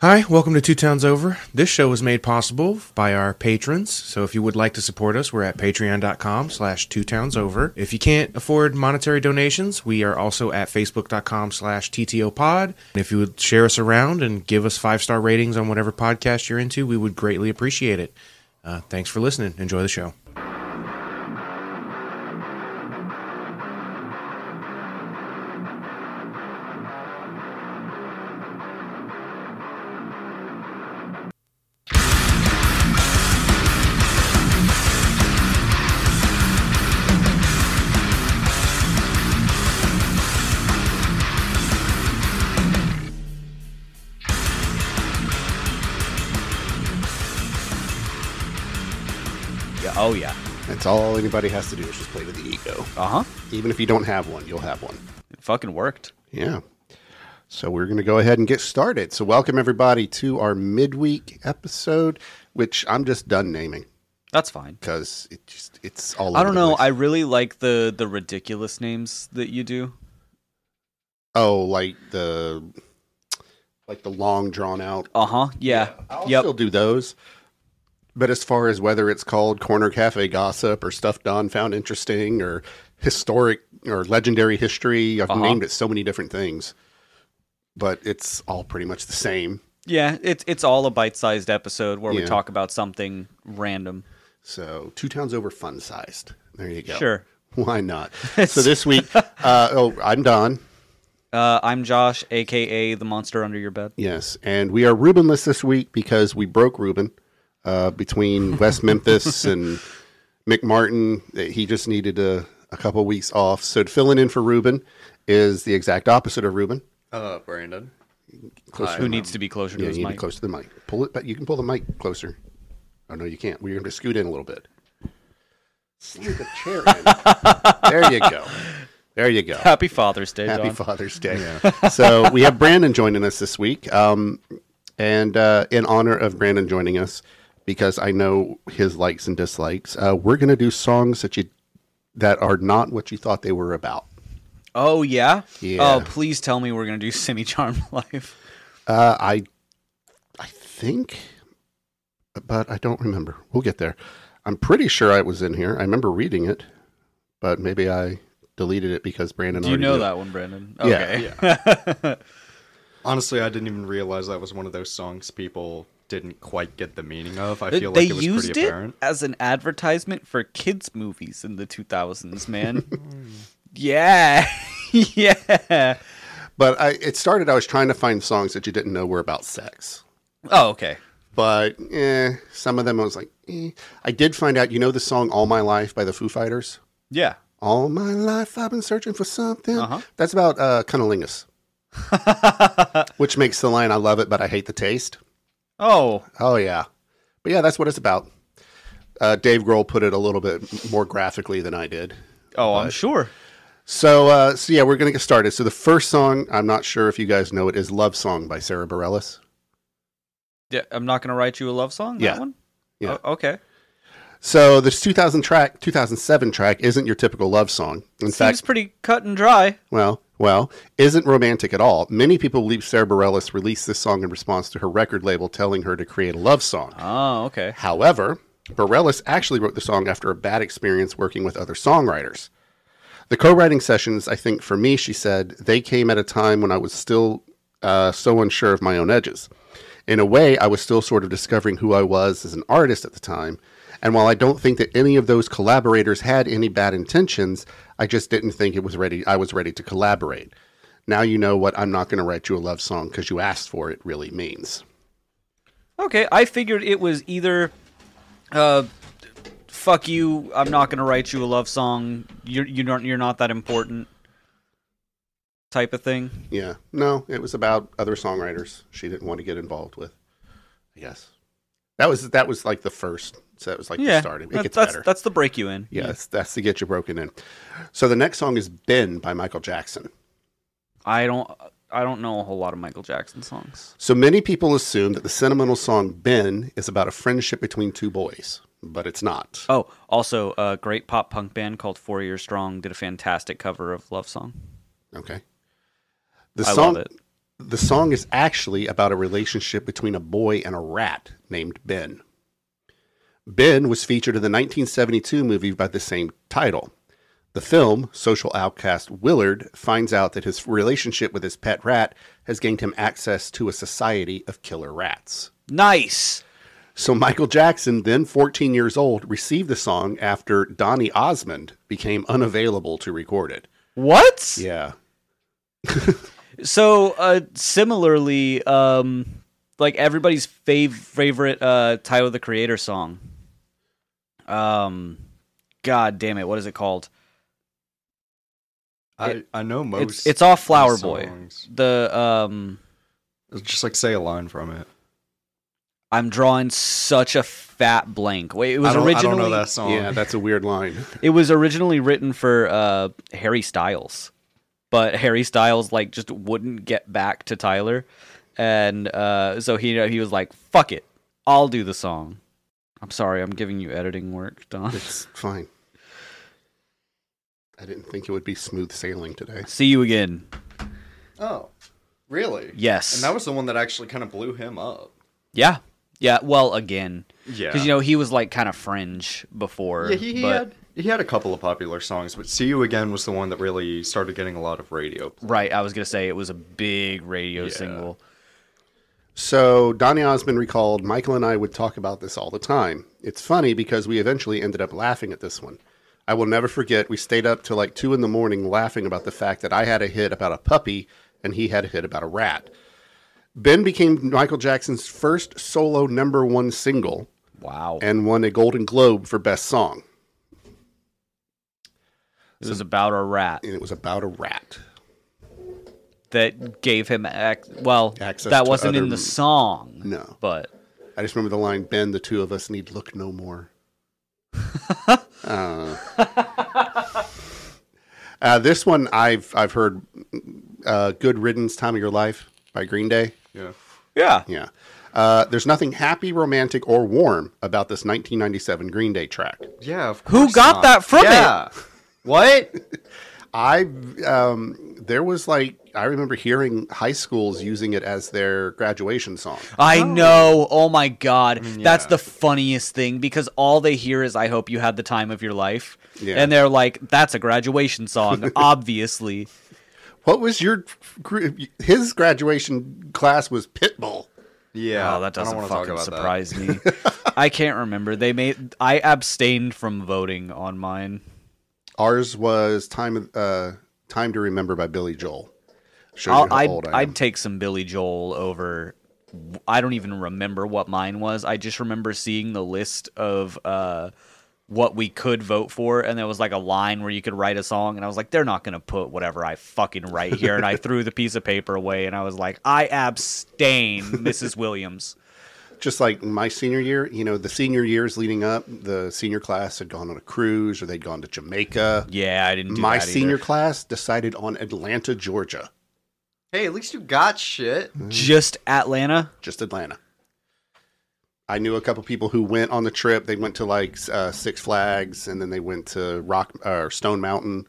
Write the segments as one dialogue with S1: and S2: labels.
S1: Hi, welcome to Two Towns Over. This show was made possible by our patrons, so if you would like to support us, we're at patreon.com slash two towns over. If you can't afford monetary donations, we are also at facebook.com slash ttopod. And if you would share us around and give us five-star ratings on whatever podcast you're into, we would greatly appreciate it. Uh, thanks for listening. Enjoy the show.
S2: Yeah, oh yeah.
S3: That's all anybody has to do is just play with the ego.
S2: Uh huh.
S3: Even if you don't have one, you'll have one.
S2: It fucking worked.
S3: Yeah. So we're going to go ahead and get started. So welcome everybody to our midweek episode, which I'm just done naming
S2: That's fine.
S3: because it just it's all.
S2: I
S3: over
S2: don't
S3: the
S2: know. I
S3: place.
S2: really like the the ridiculous names that you do.
S3: oh like the like the long drawn out.
S2: Uh huh. Yeah.
S3: I'll
S2: Yep.
S3: still do those. But as far as whether it's called corner cafe gossip or stuff Don found interesting or historic or legendary history, I've
S2: Uh-huh.
S3: named it so many different things. But it's all pretty much the same.
S2: yeah. It's it's all a bite sized episode where we
S3: Yeah.
S2: talk about something random.
S3: So two towns over fun sized. There you go.
S2: Sure.
S3: Why not? so this week, uh, oh, I'm Don.
S2: Uh, I'm Josh, aka the monster under your bed.
S3: Yes, and we are Rubenless this week because we broke Ruben uh, between West Memphis and McMartin. He just needed a, a couple weeks off. So filling in for Ruben is the exact opposite of Ruben.
S4: Uh, Brandon.
S3: Close to
S2: Who
S3: the
S2: needs to be closer to
S3: mic. Um, Yeah,
S2: his
S3: you need to
S2: mic?
S3: close to the mic. Pull it, but you can pull the mic closer. Oh no, you can't. We're going to scoot in a little bit. Slide the chair in. there you go. There you go.
S2: Happy Father's Day,
S3: Happy
S2: John.
S3: Father's Day. so we have Brandon joining us this week, um, and uh, in honor of Brandon joining us, because I know his likes and dislikes, uh, we're going to do songs that you that are not what you thought they were about.
S2: oh yeah?
S3: Yeah.
S2: Oh please tell me we're gonna do semi charm life.
S3: Uh, I I think, but I don't remember. We'll get there. I'm pretty sure I was in here. I remember reading it, but maybe I deleted it because Brandon.
S2: Do you
S3: already
S2: know
S3: knew.
S2: that one, Brandon?
S3: Yeah.
S2: Okay.
S4: Honestly, I didn't even realize that was one of those songs people didn't quite get the meaning of. I
S2: They-
S4: feel
S2: they
S4: like it was
S2: used
S4: pretty
S2: it
S4: apparent.
S2: as an advertisement for kids movies in the 2000s man yeah yeah
S3: But I, it started. I was trying to find songs that you didn't know were about sex.
S2: oh okay
S3: but eh, some of them I was like, eh. I did find out. You know the song "All My Life" by the Foo Fighters.
S2: yeah
S3: All my life I've been searching for something.
S2: Uh-huh.
S3: That's about uh, cunnilingus, which makes the line "I love it, but I hate the taste."
S2: oh
S3: Oh yeah, but yeah, that's what it's about. Uh, Dave Grohl put it a little bit more graphically than I did.
S2: oh i'm sure
S3: So, uh, so yeah, we're gonna get started. So the first song, I'm not sure if you guys know it, is "Love Song" by Sarah Bareilles.
S2: yeah i'm not gonna write you a love song
S3: Yeah.
S2: that one
S3: Yeah.
S2: O- okay
S3: So this 2000 track, 2007 track, isn't your typical love song. In fact,
S2: seems pretty cut and dry
S3: Well, well, isn't romantic at all. Many people believe Sarah Bareilles released this song in response to her record label telling her to create a love song.
S2: oh okay
S3: However, Bareilles actually wrote the song after a bad experience working with other songwriters. The co-writing sessions, I think, for me, she said, they came at a time when I was still uh, so unsure of my own edges. In a way, I was still sort of discovering who I was as an artist at the time. And while I don't think that any of those collaborators had any bad intentions, I just didn't think it was ready. I was ready to collaborate. Now you know what I'm not going to write you a love song because you asked for it really means.
S2: okay i figured it was either uh fuck you i'm not gonna write you a love song you're you don't you're not that important type of thing
S3: Yeah. No, it was about other songwriters she didn't want to get involved with. I guess. That was that was like the first. So that was like the
S2: yeah
S3: starting. It
S2: that-
S3: gets
S2: that's
S3: better.
S2: that's the break you in
S3: yes, that's to get you broken in. So the next song is Ben by Michael Jackson.
S2: I don't I don't know a whole lot of Michael Jackson songs.
S3: So many people assume that the sentimental song Ben is about a friendship between two boys, but it's not.
S2: Oh, also a great pop punk band called Four Year Strong did a fantastic cover of Love Song.
S3: Okay. The
S2: I
S3: song
S2: love it.
S3: The song is actually about a relationship between a boy and a rat named Ben. Ben was featured in the 1972 movie by the same title. The film, social outcast Willard, finds out that his relationship with his pet rat has gained him access to a society of killer rats.
S2: Nice.
S3: So Michael Jackson, then 14 years old, received the song after Donny Osmond became unavailable to record it.
S2: What?
S3: Yeah.
S2: So uh, similarly, um, like everybody's fav- favorite uh, Tyler the Creator song. Um, God damn it, what is it called?
S4: I, I know most.
S2: It's it's off Flower
S4: of the
S2: Boy.
S4: songs.
S2: The um,
S4: Just like say a line from it.
S2: I'm drawing such a fat blank. Wait, it was
S4: I don't,
S2: originally
S4: I don't know that song.
S3: Yeah, that's a weird line.
S2: it was originally written for uh, Harry Styles, but Harry Styles like just wouldn't get back to Tyler, and uh, so he he was like, "Fuck it, I'll do the song." I'm sorry, I'm giving you editing work, Don.
S3: It's fine. I didn't think it would be smooth sailing today.
S2: See you again.
S4: Oh, really?
S2: Yes.
S4: And that was the one that actually kind of blew him up.
S2: Yeah, yeah. Well, again,
S4: Yeah.
S2: because you know he was like kind of fringe before.
S4: yeah, he, he
S2: but-
S4: had he had a couple of popular songs, but "See You Again" was the one that really started getting a lot of radio. play.
S2: right. I was gonna say it was a big radio single.
S3: So Donny Osmond recalled Michael and I would talk about this all the time. It's funny because we eventually ended up laughing at this one. I will never forget, we stayed up till like two in the morning laughing about the fact that I had a hit about a puppy and he had a hit about a rat. Ben became Michael Jackson's first solo number one single
S2: Wow,
S3: and won a Golden Globe for Best Song.
S2: it was about a rat.
S3: And it was about a rat.
S2: that gave him ac- well
S3: Access
S2: that
S3: to
S2: wasn't
S3: other
S2: in the
S3: m-
S2: song
S3: No.
S2: but
S3: I just remember the line, Ben, the two of us need look no more. uh, uh, this one I've I've heard uh, Good Riddance Time of Your Life by Green Day.
S4: Yeah.
S2: yeah
S3: Yeah. Uh, there's nothing happy, romantic, or warm about this 1997 Green Day track.
S4: Yeah. Of
S2: Who
S4: course
S2: got
S4: not.
S2: that from it?
S4: yeah. What?
S3: I um, there was like I remember hearing high schools using it as their graduation song.
S2: i know oh my god that's
S4: Mm, yeah.
S2: the funniest thing because all they hear is i hope you had the time of your life
S3: Yeah.
S2: and they're like that's a graduation song obviously
S3: What was your gr- his graduation class was Pitbull.
S4: Yeah.
S2: oh that
S4: I don't
S2: doesn't
S4: wanna
S2: fucking
S4: talk about that.
S2: surprise me i can't remember they made i abstained from voting on mine
S3: Ours was time of- uh, time to remember by Billy Joel. Shows you
S2: I'll,
S3: how
S2: I'd,
S3: old I am.
S2: I'd take some Billy Joel over. I don't even remember what mine was. I just remember seeing the list of uh, what we could vote for, and there was like a line where you could write a song, and I was like, they're not going to put whatever I fucking write here. And I threw the piece of paper away, and I was like, I abstain, Mrs. Williams.
S3: Just like my senior year, you know, the senior years leading up, the senior class had gone on a cruise or they'd gone to Jamaica.
S2: Yeah, I didn't do
S3: my
S2: that either.
S3: senior class decided on Atlanta, Georgia.
S4: Hey, at least you got shit.
S2: Just Atlanta?
S3: Just Atlanta. I knew a couple people who went on the trip. They went to like uh, Six Flags and then they went to Rock or Stone Mountain,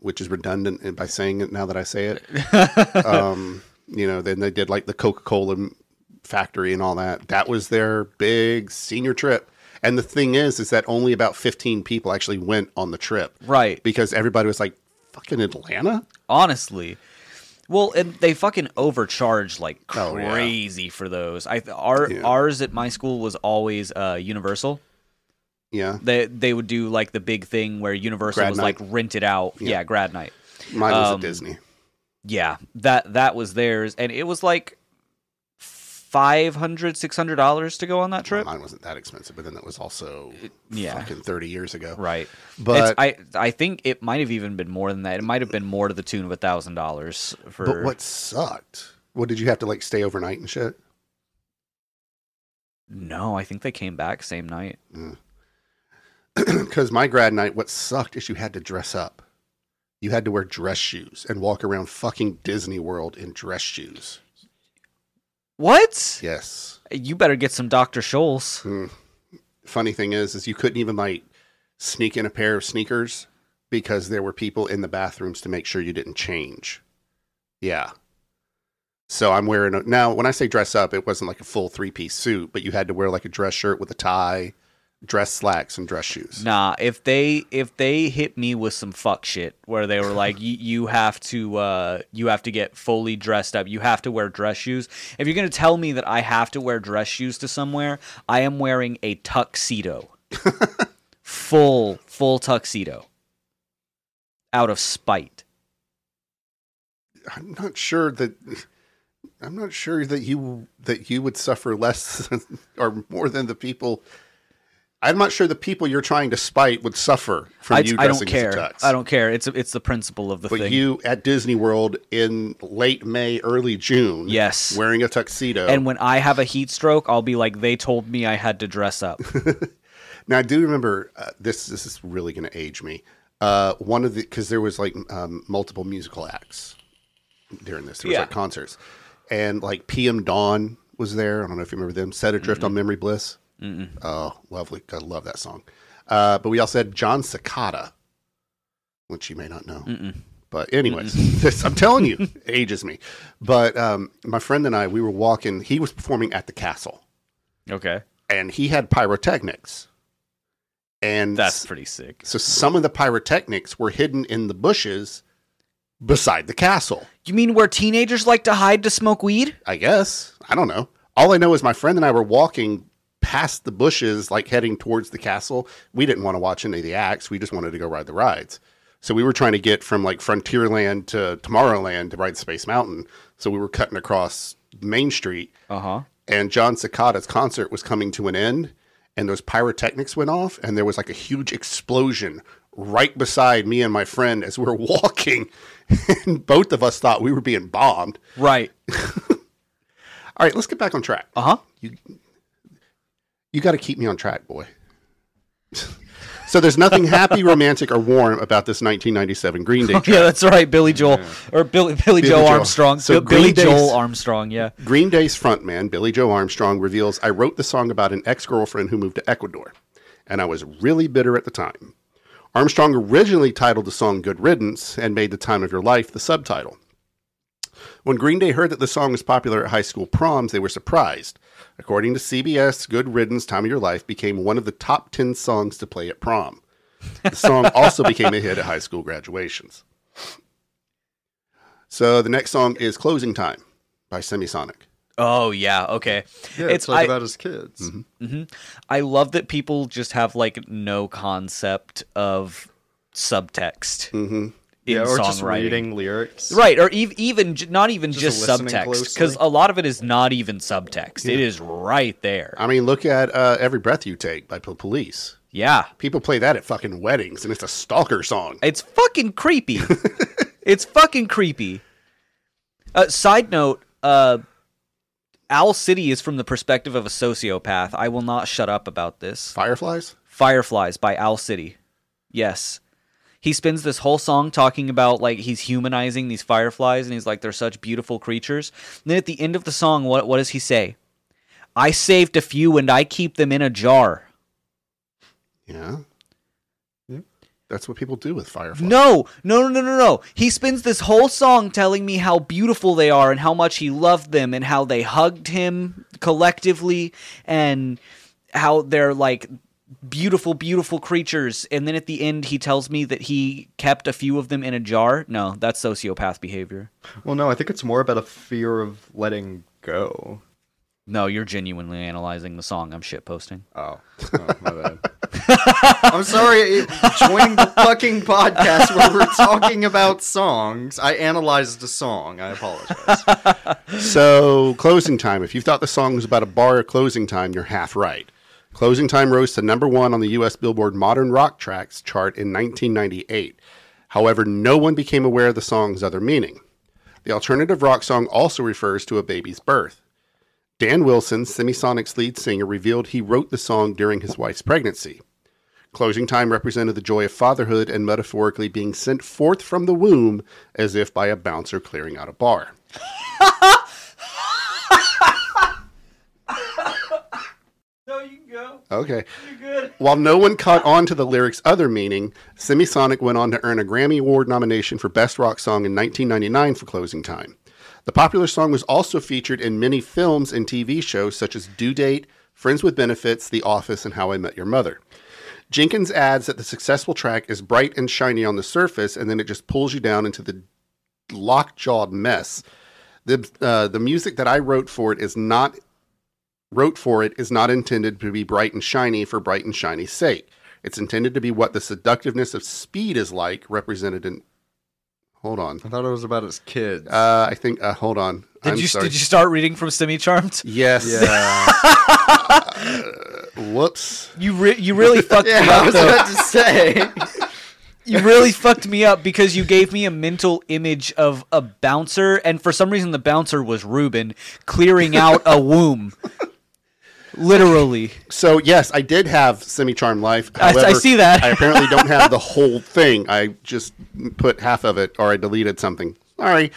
S3: which is redundant by saying it now that I say it. um, you know, then they did like the Coca Cola factory and all that. That was their big senior trip. And the thing is, is that only about 15 people actually went on the trip
S2: right.
S3: because everybody was like, fucking Atlanta?
S2: honestly. Well, and they fucking overcharge like
S3: Oh, yeah.
S2: crazy for those. I th- our
S3: Yeah.
S2: ours at my school was always uh, Universal.
S3: Yeah.
S2: They they would do like the big thing where Universal
S3: Grad
S2: was
S3: night.
S2: like rented out. Yeah, grad night.
S3: Mine was
S2: Um,
S3: at Disney.
S2: Yeah, that that was theirs, and it was like. 500 600 dollars to go on that trip
S3: Mine wasn't that expensive, but then that was also
S2: yeah.
S3: fucking 30 years ago.
S2: right
S3: But-
S2: It's- i i think it might have even been more than that it might have been more to the tune of a thousand dollars for
S3: But what sucked? What did you have to like stay overnight and shit?
S2: no i think they came back same night
S3: Because my grad night, what sucked is you had to dress up. You had to wear dress shoes and walk around fucking Disney World in dress shoes.
S2: what
S3: Yes.
S2: You better get some Dr. Scholl's.
S3: Hmm. Funny thing is, is you couldn't even like sneak in a pair of sneakers because there were people in the bathrooms to make sure you didn't change. Yeah. So I'm wearing a, now. When I say dress up, it wasn't like a full three piece suit, but you had to wear like a dress shirt with a tie, dress slacks, and dress shoes.
S2: Nah, if they if they hit me with some fuck shit where they were like, "You- you have to uh, you have to get fully dressed up, you have to wear dress shoes. If you're gonna tell me that I have to wear dress shoes to somewhere, I am wearing a tuxedo, full full tuxedo, out of spite.
S3: I'm not sure that. I'm not sure that you that you would suffer less than- or more than the people. I'm not sure the people you're trying to spite would suffer from
S2: I,
S3: you
S2: I
S3: dressing
S2: don't
S3: as
S2: care.
S3: a tux.
S2: I don't care. It's it's the principle of the
S3: But
S2: thing.
S3: you at Disney World in late May, early June,
S2: Yes.
S3: wearing a tuxedo.
S2: and when I have a heat stroke, I'll be like, they told me I had to dress up.
S3: Now I do remember uh, this. This is really going to age me. Uh, one of the because there was like um, multiple musical acts during this. There was
S2: Yeah.
S3: like concerts, and like PM Dawn was there. I don't know if you remember them. Set Adrift
S2: Mm-hmm.
S3: on Memory Bliss. Oh, lovely! I love that song. Uh, but we also had John Cicada, which you may not know. But anyways, this, I'm telling you, ages me. But um, my friend and I, we were walking. He was performing at the castle,
S2: okay,
S3: and he had pyrotechnics. And
S2: that's pretty sick.
S3: so some of the pyrotechnics were hidden in the bushes beside the castle,
S2: You mean where teenagers like to hide to smoke weed?
S3: I guess. I don't know. All I know is my friend and I were walking past the bushes, like heading towards the castle. We didn't want to watch any of the acts. We just wanted to go ride the rides. So we were trying to get from like Frontierland to Tomorrowland to ride Space Mountain. So we were cutting across Main Street
S2: Uh huh.
S3: and John Cicada's concert was coming to an end, and those pyrotechnics went off, and there was like a huge explosion right beside me and my friend as we were walking, and both of us thought we were being bombed.
S2: Right.
S3: All right, let's get back on track.
S2: Uh huh.
S3: You got to keep me on track, boy. so there's nothing happy, romantic, or warm about this 1997 Green Day.
S2: Yeah, that's right. Billy Joel or Billy Billy, Joe
S3: Joel.
S2: Armstrong.
S3: So
S2: Bi- Billy
S3: Green Day's-
S2: Joel Armstrong. Yeah.
S3: Green Day's frontman, Billy Joe Armstrong, reveals I wrote the song about an ex girlfriend who moved to Ecuador, and I was really bitter at the time. Armstrong originally titled the song Good Riddance and made The Time of Your Life the subtitle. When Green Day heard that the song was popular at high school proms, they were surprised. According to CBS, Good Riddance Time of Your Life became one of the top 10 songs to play at prom. The song also became a hit at high school graduations. So the next song is Closing Time by Semisonic.
S2: Oh yeah. Okay.
S4: Yeah,
S2: it's
S4: it's, Mm-hmm. like
S2: I,
S4: about his kids.
S2: I love that people just have like no concept of subtext
S3: Mm-hmm.
S2: in
S4: Yeah, or
S2: songwriting.
S4: just reading lyrics.
S2: Right, or ev- even j- not even just,
S4: Just listening
S2: subtext, because
S4: closely.
S2: a lot of it is not even subtext. It is right there.
S3: I mean, look at uh, "Every Breath You Take" by P- Police.
S2: Yeah,
S3: People play that at fucking weddings, and it's a stalker song.
S2: It's fucking creepy. it's fucking creepy. Uh, side note, uh, Owl City is from the perspective of a sociopath. I will not shut up about this.
S3: Fireflies.
S2: Fireflies by Owl City. Yes. He spends this whole song talking about like he's humanizing these fireflies and he's like they're such beautiful creatures. And then at the end of the song, what what does he say? I saved a few and I keep them in a jar.
S3: Yeah. That's what people do with fireflies.
S2: No, no, no, no, no, no. He spends this whole song telling me how beautiful they are and how much he loved them and how they hugged him collectively and how they're like beautiful, beautiful creatures. And then at the end, he tells me that he kept a few of them in a jar. No, that's sociopath behavior.
S4: Well, no, I think it's more about a fear of letting go.
S2: No, you're genuinely analyzing the song I'm shitposting.
S4: Oh, oh my bad. I'm sorry. it- Joining the fucking podcast where we're talking about songs, I analyzed a song. I apologize.
S3: So, closing time. If you thought the song was about a bar at closing time, you're half right. Closing time rose to number one on the U.S. Billboard Modern Rock Tracks chart in 1998. However, no one became aware of the song's other meaning. The alternative rock song also refers to a baby's birth. Dan Wilson, Semisonic's lead singer, revealed he wrote the song during his wife's pregnancy. Closing time represented the joy of fatherhood and metaphorically being sent forth from the womb as if by a bouncer clearing out a bar.
S2: No, you can go.
S3: Okay.
S2: You're good.
S3: While no one caught on to the lyrics' other meaning, Semisonic went on to earn a Grammy Award nomination for Best Rock Song in 1999 for Closing Time. The popular song was also featured in many films and TV shows such as Due Date, Friends with Benefits, The Office, and How I Met Your Mother. Jenkins adds that the successful track is bright and shiny on the surface, and then it just pulls you down into the lockjawed mess. The uh, the music that I wrote for it is not wrote for it is not intended to be bright and shiny for bright and shiny's sake. It's intended to be what the seductiveness of speed is like, represented in. Hold on,
S4: I thought it was about his kids.
S3: uh, I think. Uh, hold on.
S2: Did
S3: I'm
S2: you
S3: sorry.
S2: did you start reading from Semi Charmed?
S3: Yes.
S4: yeah.
S3: Whoops.
S2: You re- you really fucked me
S4: yeah, I
S2: up
S4: was
S2: though.
S4: about to say.
S2: You really fucked me up because you gave me a mental image of a bouncer, and for some reason the bouncer was Ruben clearing out a womb. Literally.
S3: So yes, I did have semi charmed life.
S2: I- I see that.
S3: I apparently don't have the whole thing. I just put half of it, or I deleted something. Sorry.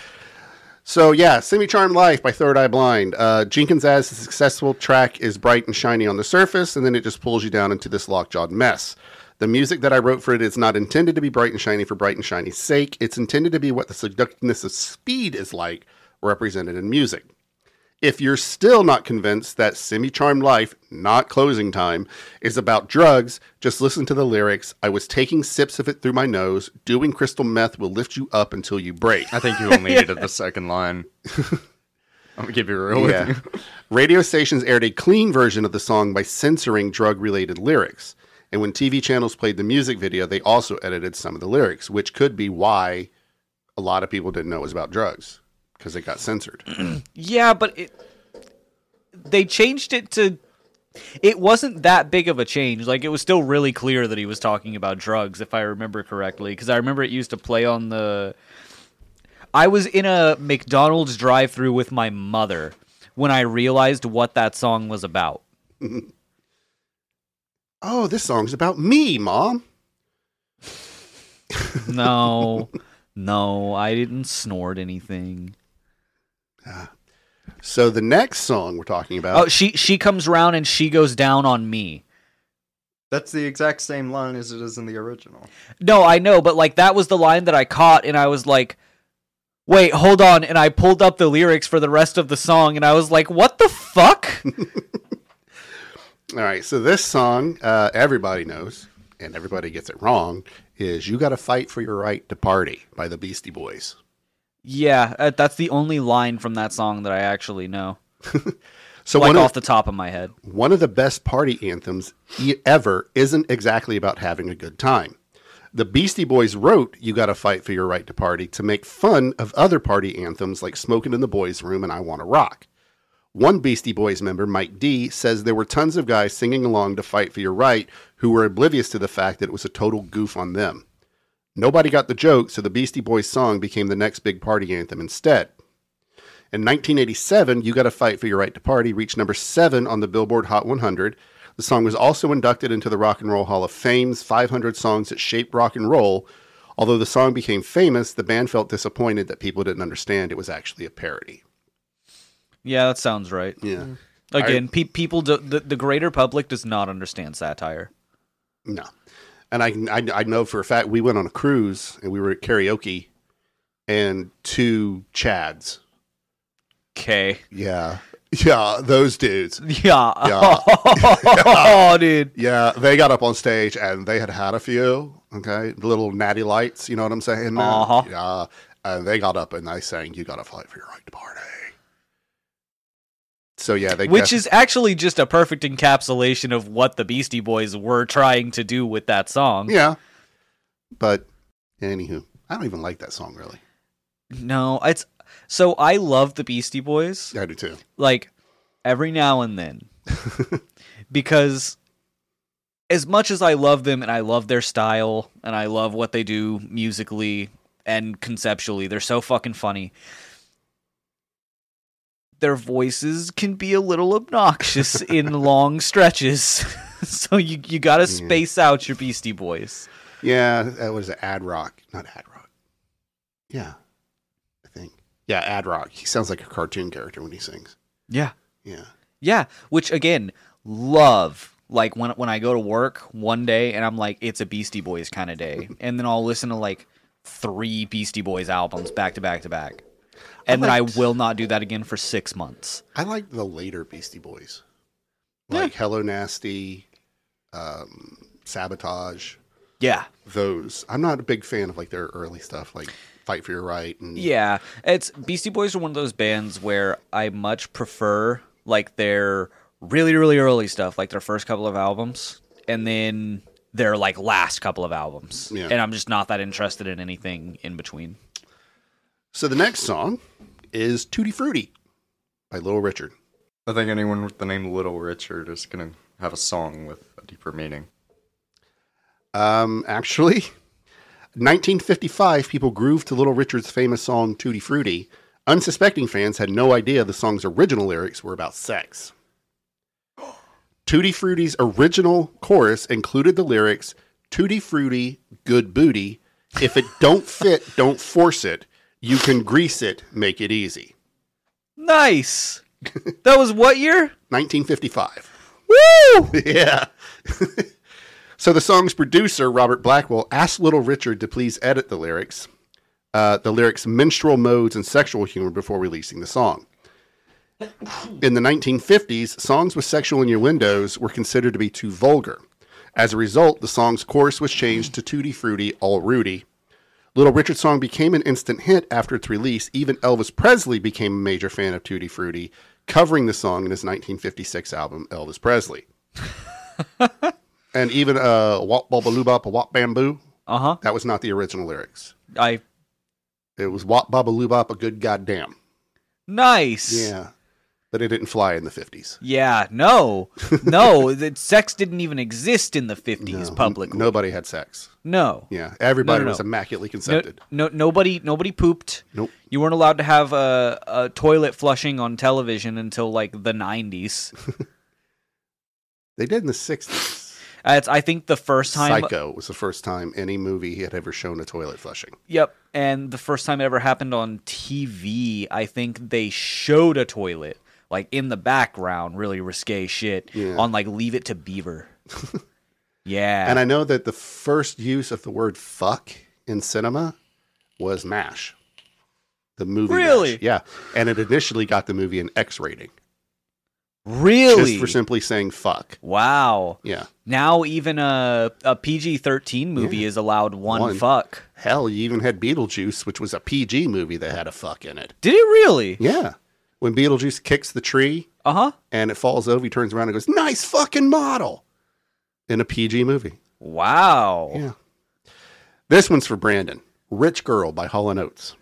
S3: So yeah, semi charmed life by Third Eye Blind. Uh, Jenkins adds the successful track is bright and shiny on the surface, and then it just pulls you down into this lockjawed mess. The music that I wrote for it is not intended to be bright and shiny for bright and shiny's sake. It's intended to be what the seductiveness of speed is like, represented in music. If you're still not convinced that Semi Charmed Life, not closing time, is about drugs, just listen to the lyrics. I was taking sips of it through my nose. Doing crystal meth will lift you up until you break.
S4: I think you only needed the second line. I'm gonna give you real
S3: Yeah.
S4: with you.
S3: Radio stations aired a clean version of the song by censoring drug related lyrics. And when TV channels played the music video, they also edited some of the lyrics, which could be why a lot of people didn't know it was about drugs because it got censored.
S2: Yeah, but it, they changed it to. It wasn't that big of a change. Like it was still really clear that he was talking about drugs, if I remember correctly, because I remember it used to play on the. I was in a McDonald's drive-through with my mother when I realized what that song was about.
S3: Oh, this song's about me, Mom.
S2: No, no, I didn't snort anything.
S3: So the next song we're talking about.
S2: Oh, she she comes round and she goes down on me.
S4: That's the exact same line as it is in the original.
S2: No, I know, but like that was the line that I caught, and I was like, "Wait, hold on!" And I pulled up the lyrics for the rest of the song, and I was like, "What the fuck?"
S3: All right, so this song uh, everybody knows, and everybody gets it wrong, is "You Got to Fight for Your Right to Party" by the Beastie Boys.
S2: yeah, uh, that's the only line from that song that I actually know,
S3: So
S2: like
S3: one
S2: off
S3: of,
S2: the top of my head.
S3: one of the best party anthems e- ever isn't exactly about having a good time. The Beastie Boys wrote "You Got to Fight for Your Right to Party" to make fun of other party anthems like "Smoking in the Boys' Room" and "I Want to Rock." One Beastie Boys member, Mike D, says there were tons of guys singing along to "Fight for Your Right" who were oblivious to the fact that it was a total goof on them. Nobody got the joke, so the Beastie Boys song became the next big party anthem instead. In 1987, You Gotta Fight for Your Right to Party reached number seven on the Billboard Hot 100. The song was also inducted into the Rock and Roll Hall of Fame's 500 Songs That Shaped Rock and Roll. Although the song became famous, the band felt disappointed that people didn't understand it was actually a parody.
S2: Yeah, that sounds right.
S3: Yeah.
S2: Again, pe- people do- the the greater public does not understand satire.
S3: No. And I, can- I, I know for a fact we went on a cruise and we were at karaoke and two Chads.
S2: Okay.
S3: Yeah. Yeah, those dudes.
S2: Yeah.
S3: Yeah.
S2: oh, dude.
S3: Yeah, they got up on stage and they had had a few, okay, the little natty lights, you know what I'm saying? man?
S2: Uh-huh.
S3: Yeah, and they got up and they sang, "You got to fight for your right to party." So yeah, they
S2: Which
S3: guess-
S2: is actually just a perfect encapsulation of what the Beastie Boys were trying to do with that song.
S3: yeah, but anywho, I don't even like that song really.
S2: No, it's so I love the Beastie Boys
S3: I do too.
S2: like every now and then because as much as I love them and I love their style and I love what they do musically and conceptually, they're so fucking funny. Their voices can be a little obnoxious in long stretches. so you you got to space out your Beastie Boys.
S3: Yeah, uh, that was Ad Rock, not Ad Rock. Yeah, I think. Yeah, Ad Rock. He sounds like a cartoon character when he sings.
S2: Yeah.
S3: Yeah.
S2: Yeah, which again, love. Like when when I go to work one day and I'm like, it's a Beastie Boys kind of day, and then I'll listen to like three Beastie Boys albums back to back to back.
S5: and then I will not do that again for six months.
S3: I like the later Beastie Boys, like Hello Nasty, um, Sabotage.
S5: Yeah,
S3: Those I'm not a big fan of like their early stuff, like Fight for Your Right and
S5: yeah. It's Beastie Boys are one of those bands where I much prefer like their really really early stuff, like their first couple of albums, and then their like last couple of albums.
S3: Yeah.
S5: And I'm just not that interested in anything in between.
S3: So the next song is Tutti Frutti by Little Richard.
S4: I think anyone with the name Little Richard is gonna have a song with a deeper meaning.
S3: Um, actually, 1955, people grooved to Little Richard's famous song Tutti Frutti. Unsuspecting fans had no idea the song's original lyrics were about sex. Tutti Frutti's original chorus included the lyrics Tutti Frutti, good booty. If it don't fit, don't force it. You can grease it, make it easy.
S2: Nice. that was what year?
S3: 1955.
S2: Woo!
S3: Yeah. so the song's producer, Robert Blackwell, asked Little Richard to please edit the lyrics, uh, the lyrics, minstrel modes, and sexual humor before releasing the song. In the 1950s, songs with sexual innuendos were considered to be too vulgar. As a result, the song's chorus was changed to Tutti Frutti, All Rudy. Little Richard's song became an instant hit after its release. Even Elvis Presley became a major fan of Tutti Frutti, covering the song in his 1956 album, Elvis Presley. And even uh, Wop Bubba Loobop, a Wop Bamboo,
S2: Uh huh.
S3: that was not the original lyrics.
S2: I
S3: It was Wop Bubba Loobop, a good goddamn.
S2: nice.
S3: Yeah. But it didn't fly in the 50s.
S2: Yeah, no, no. that sex didn't even exist in the fifties
S3: No,
S2: publicly. No,
S3: Nobody had sex.
S2: no,
S3: Yeah. Everybody
S2: No, no,
S3: was
S2: no.
S3: immaculately
S2: no,
S3: consented.
S2: nobody, nobody pooped.
S3: Nope.
S2: You weren't allowed to have a, a toilet flushing on television until like the nineties.
S3: They did in the 60s.
S2: That's I think the first time.
S3: Psycho was the first time any movie had ever shown a toilet flushing.
S2: Yep, and the first time it ever happened on TV, I think they showed a toilet like in the background, really risque shit
S3: Yeah.
S2: on like Leave It to Beaver. yeah,
S3: And I know that the first use of the word fuck in cinema was MASH. The movie. MASH.
S2: Really?
S3: Yeah. And it initially got the movie an X rating.
S2: really.
S3: Just for simply saying fuck.
S2: Wow.
S3: Yeah.
S2: Now even a a PG thirteen movie is allowed one,
S3: One.
S2: fuck.
S3: Hell, you even had Beetlejuice, which was a PG movie that had a fuck in it.
S2: Did it really?
S3: Yeah. When Beetlejuice kicks the tree
S2: Uh huh.
S3: and it falls over, he turns around and goes, nice fucking model in a PG movie.
S2: Wow.
S3: Yeah. This one's for Brandon Rich Girl by Hall and Oates.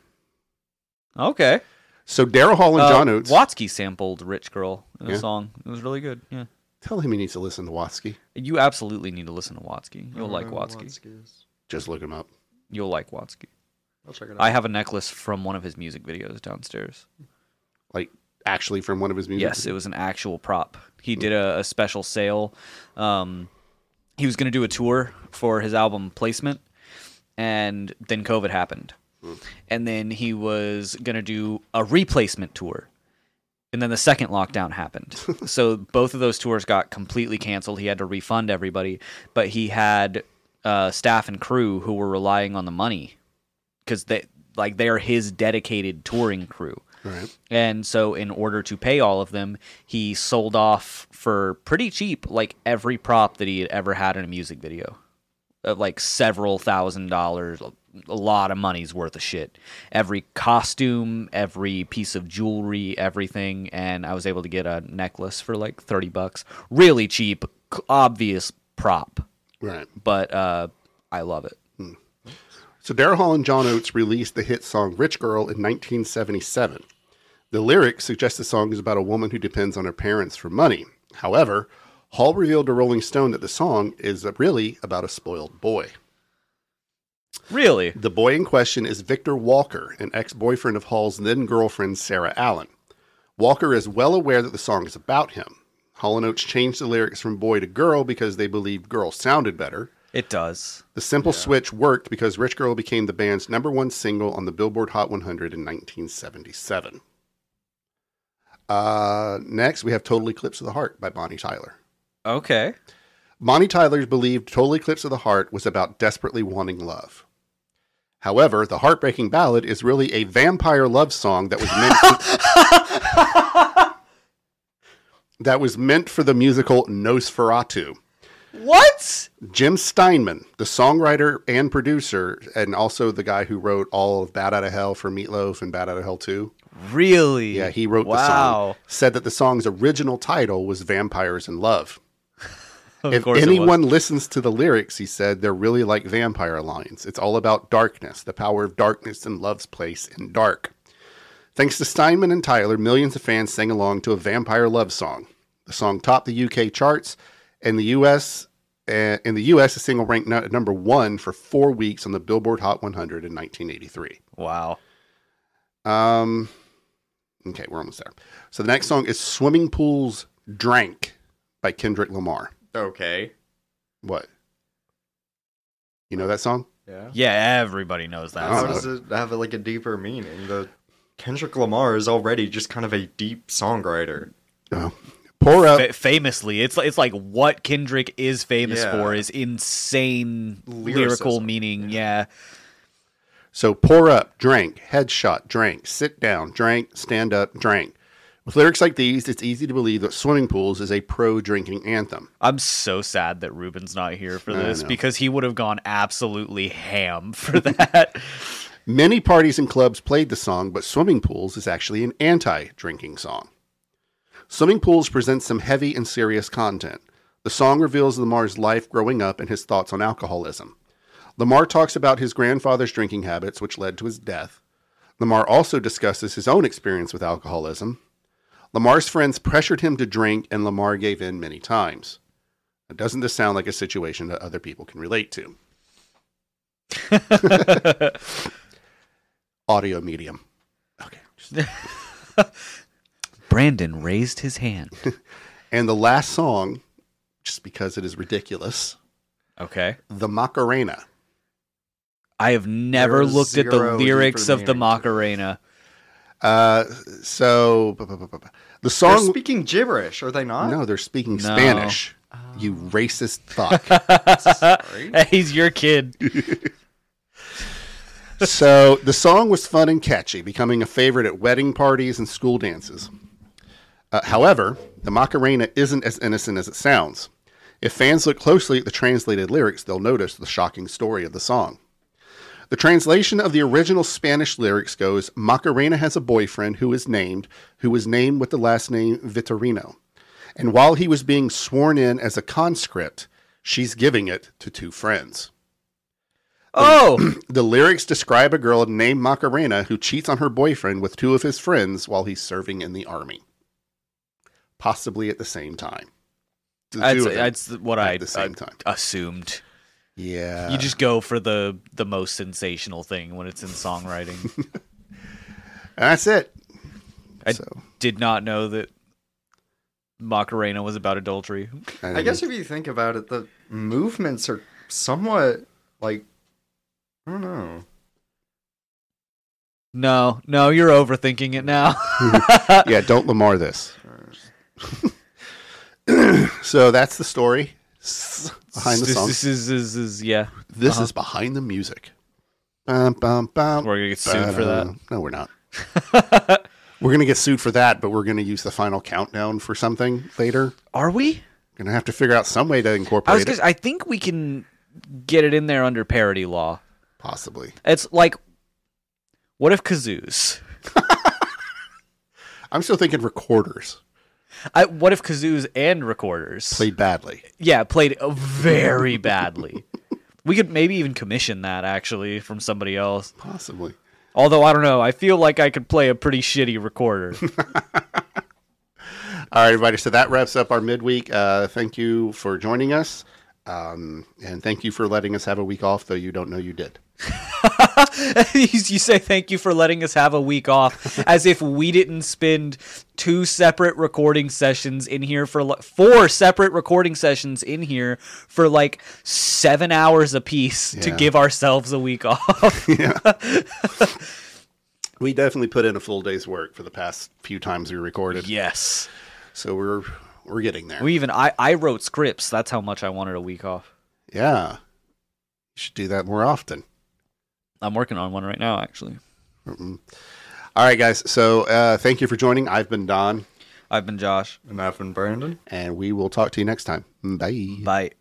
S2: Okay.
S3: So Daryl Hall and
S2: Uh,
S3: John Oates.
S2: Watsky sampled "Rich Girl" in a
S3: Yeah.
S2: song. It was really good. Yeah.
S3: Tell him he needs to listen to Watsky.
S2: You absolutely need to listen to Watsky. You'll like Watsky.
S3: Just look him up.
S2: You'll like Watsky.
S4: I'll check it out.
S2: I have a necklace from one of his music videos downstairs.
S3: Like, actually, from one of his music.
S2: Yes, it was an actual prop. He did a, a special sale. Um, he was going to do a tour for his album Placement, and then COVID happened. And then he was going to do a replacement tour. And then the second lockdown happened. so both of those tours got completely canceled. He had to refund everybody, but he had uh, staff and crew who were relying on the money because they like they're his dedicated touring crew.
S3: Right.
S2: And so, in order to pay all of them, he sold off for pretty cheap, like every prop that he had ever had in a music video, Uh, like several thousand dollars, a lot of money's worth of shit. Every costume, every piece of jewelry, everything. And I was able to get a necklace for like 30 bucks. Really cheap, c- obvious prop,
S3: Right.
S2: but uh, I love it.
S3: So Daryl Hall and John Oates released the hit song Rich Girl in 1977. The lyrics suggest the song is about a woman who depends on her parents for money. However, Hall revealed to Rolling Stone that the song is really about a spoiled boy.
S2: Really?
S3: The boy in question is Victor Walker, an ex boyfriend of Hall's then girlfriend, Sarah Allen. Walker is well aware that the song is about him. Hall and Oates changed the lyrics from boy to girl because they believed girl sounded better.
S2: It does.
S3: The simple switch worked because Rich Girl became the band's number one single on the Billboard Hot 100 in 1977. Uh, next, we have Total Eclipse of the Heart by Bonnie Tyler.
S2: Okay.
S3: Bonnie Tyler believed Total Eclipse of the Heart was about desperately wanting love. However, the heartbreaking ballad is really a vampire love song that was meant that was meant for the musical Nosferatu.
S6: What?
S3: Jim Steinman, the songwriter and producer, and also the guy who wrote all of Bad Outta Hell for Meatloaf and Bad Outta Hell 2.
S6: Really?
S3: Yeah, he wrote the
S6: Wow.
S3: song. Said that the song's original title was Vampires in Love.
S6: Of
S3: if
S6: course it was.
S3: anyone listens to the lyrics, he said, they're really like vampire lines. It's all about darkness, the power of darkness and love's place in dark. Thanks to Steinman and Tyler, millions of fans sang along to a vampire love song. The song topped the UK charts and the US. Uh, in the US, the single ranked nu- number one for four weeks on the Billboard Hot 100 in 1983.
S6: Wow.
S3: Um, okay, we're almost there. So the next song is Swimming Pools Drank by Kendrick Lamar.
S4: Okay.
S3: What? You know that song?
S4: Yeah.
S2: Yeah, everybody knows that.
S3: I
S4: How
S3: don't
S4: does it have like a deeper meaning? The Kendrick Lamar is already just kind of a deep songwriter.
S3: No. Pour up.
S2: Fa- famously, it's like, it's like what Kendrick is famous
S4: Yeah.
S2: for is insane lyrical
S4: Lyricism.
S2: meaning. Yeah.
S3: So pour up, drank, headshot, drank, sit down, drank, stand up, drank. With lyrics like these, it's easy to believe that swimming pools is a pro drinking anthem.
S2: I'm so sad that Ruben's not here for
S3: I
S2: this
S3: know.
S2: because he would have gone absolutely ham for that.
S3: Many parties and clubs played the song, but Swimming Pools is actually an anti drinking song. Swimming Pools presents some heavy and serious content. The song reveals Lamar's life growing up and his thoughts on alcoholism. Lamar talks about his grandfather's drinking habits, which led to his death. Lamar also discusses his own experience with alcoholism. Lamar's friends pressured him to drink, and Lamar gave in many times. Now, Doesn't this sound like a situation that other people can relate to? Audio medium. Okay.
S2: Brandon raised his hand.
S3: And the last song, just because it is ridiculous,
S2: Okay.
S3: The Macarena.
S2: I have never
S4: There's
S2: looked at the
S4: zero
S2: lyrics
S4: deeper
S2: of the
S4: meaning.
S2: Macarena.
S3: Uh, so bu- bu- bu- bu- bu- the
S4: They're
S3: song.
S4: speaking gibberish, are they not?
S3: no, they're speaking
S2: No.
S3: Spanish. You racist fuck.
S4: Sorry.
S2: He's your kid.
S3: so the song was fun and catchy, becoming a favorite at wedding parties and school dances. Uh, however, the Macarena isn't as innocent as it sounds. If fans look closely at the translated lyrics, they'll notice the shocking story of the song. The translation of the original Spanish lyrics goes Macarena has a boyfriend who is named, who was named with the last name Vitorino. And while he was being sworn in as a conscript, she's giving it to two friends.
S2: Oh,
S3: The lyrics describe a girl named Macarena who cheats on her boyfriend with two of his friends while he's serving in the army, possibly at the same time. The
S2: that's,
S3: two of them
S2: that's what I
S3: at the same time.
S2: uh, assumed.
S3: Yeah,
S2: you just go for the the most sensational thing when it's in songwriting.
S3: that's it.
S2: I-
S3: so
S2: Did not know that Macarena was about adultery.
S4: I guess if you think about it, the movements are somewhat like I don't know.
S2: No, no, you're overthinking it now.
S3: yeah, don't Lamar this. so that's the story s- behind the
S2: this,
S3: song.
S2: This is, this is yeah.
S3: This
S2: uh-huh.
S3: is behind the music. Bum, bum, bum,
S2: We're gonna get sued for that.
S3: No, we're not. we're gonna get sued for that, but we're gonna use the final countdown for something later.
S2: Are we?
S3: Gonna have to figure out some way to
S2: I was
S3: incorporate
S2: cause
S3: it.
S2: I think we can get it in there under parody law.
S3: Possibly.
S2: It's like, what if kazoos?
S3: I'm still thinking recorders
S2: I, what if kazoos and recorders?
S3: played badly.
S2: Yeah, played uh, very badly. we could maybe even commission that actually from somebody else.
S3: Possibly.
S2: Although I don't know, I feel like I could play a pretty shitty recorder.
S3: All right, everybody. So that wraps up our midweek. Uh, thank you for joining us. Um, and thank you for letting us have a week off, though you don't know you did.
S2: you, you say thank you for letting us have a week off, as if we didn't spend two separate recording sessions in here for li- four separate recording sessions in here for like seven hours apiece to
S3: Yeah.
S2: give ourselves a week off.
S3: We definitely put in a full day's work for the past few times we recorded.
S2: yes,
S3: So we're we're getting there.
S2: we even I I wrote scripts. That's how much I wanted a week off.
S3: yeah. You should do that more often.
S2: I'm working on one right now, actually.
S3: All right, guys. So uh, thank you for joining. I've been Don,
S2: I've been Josh.
S4: And I've been Brandon.
S3: and we will talk to you next time. Bye.
S2: Bye.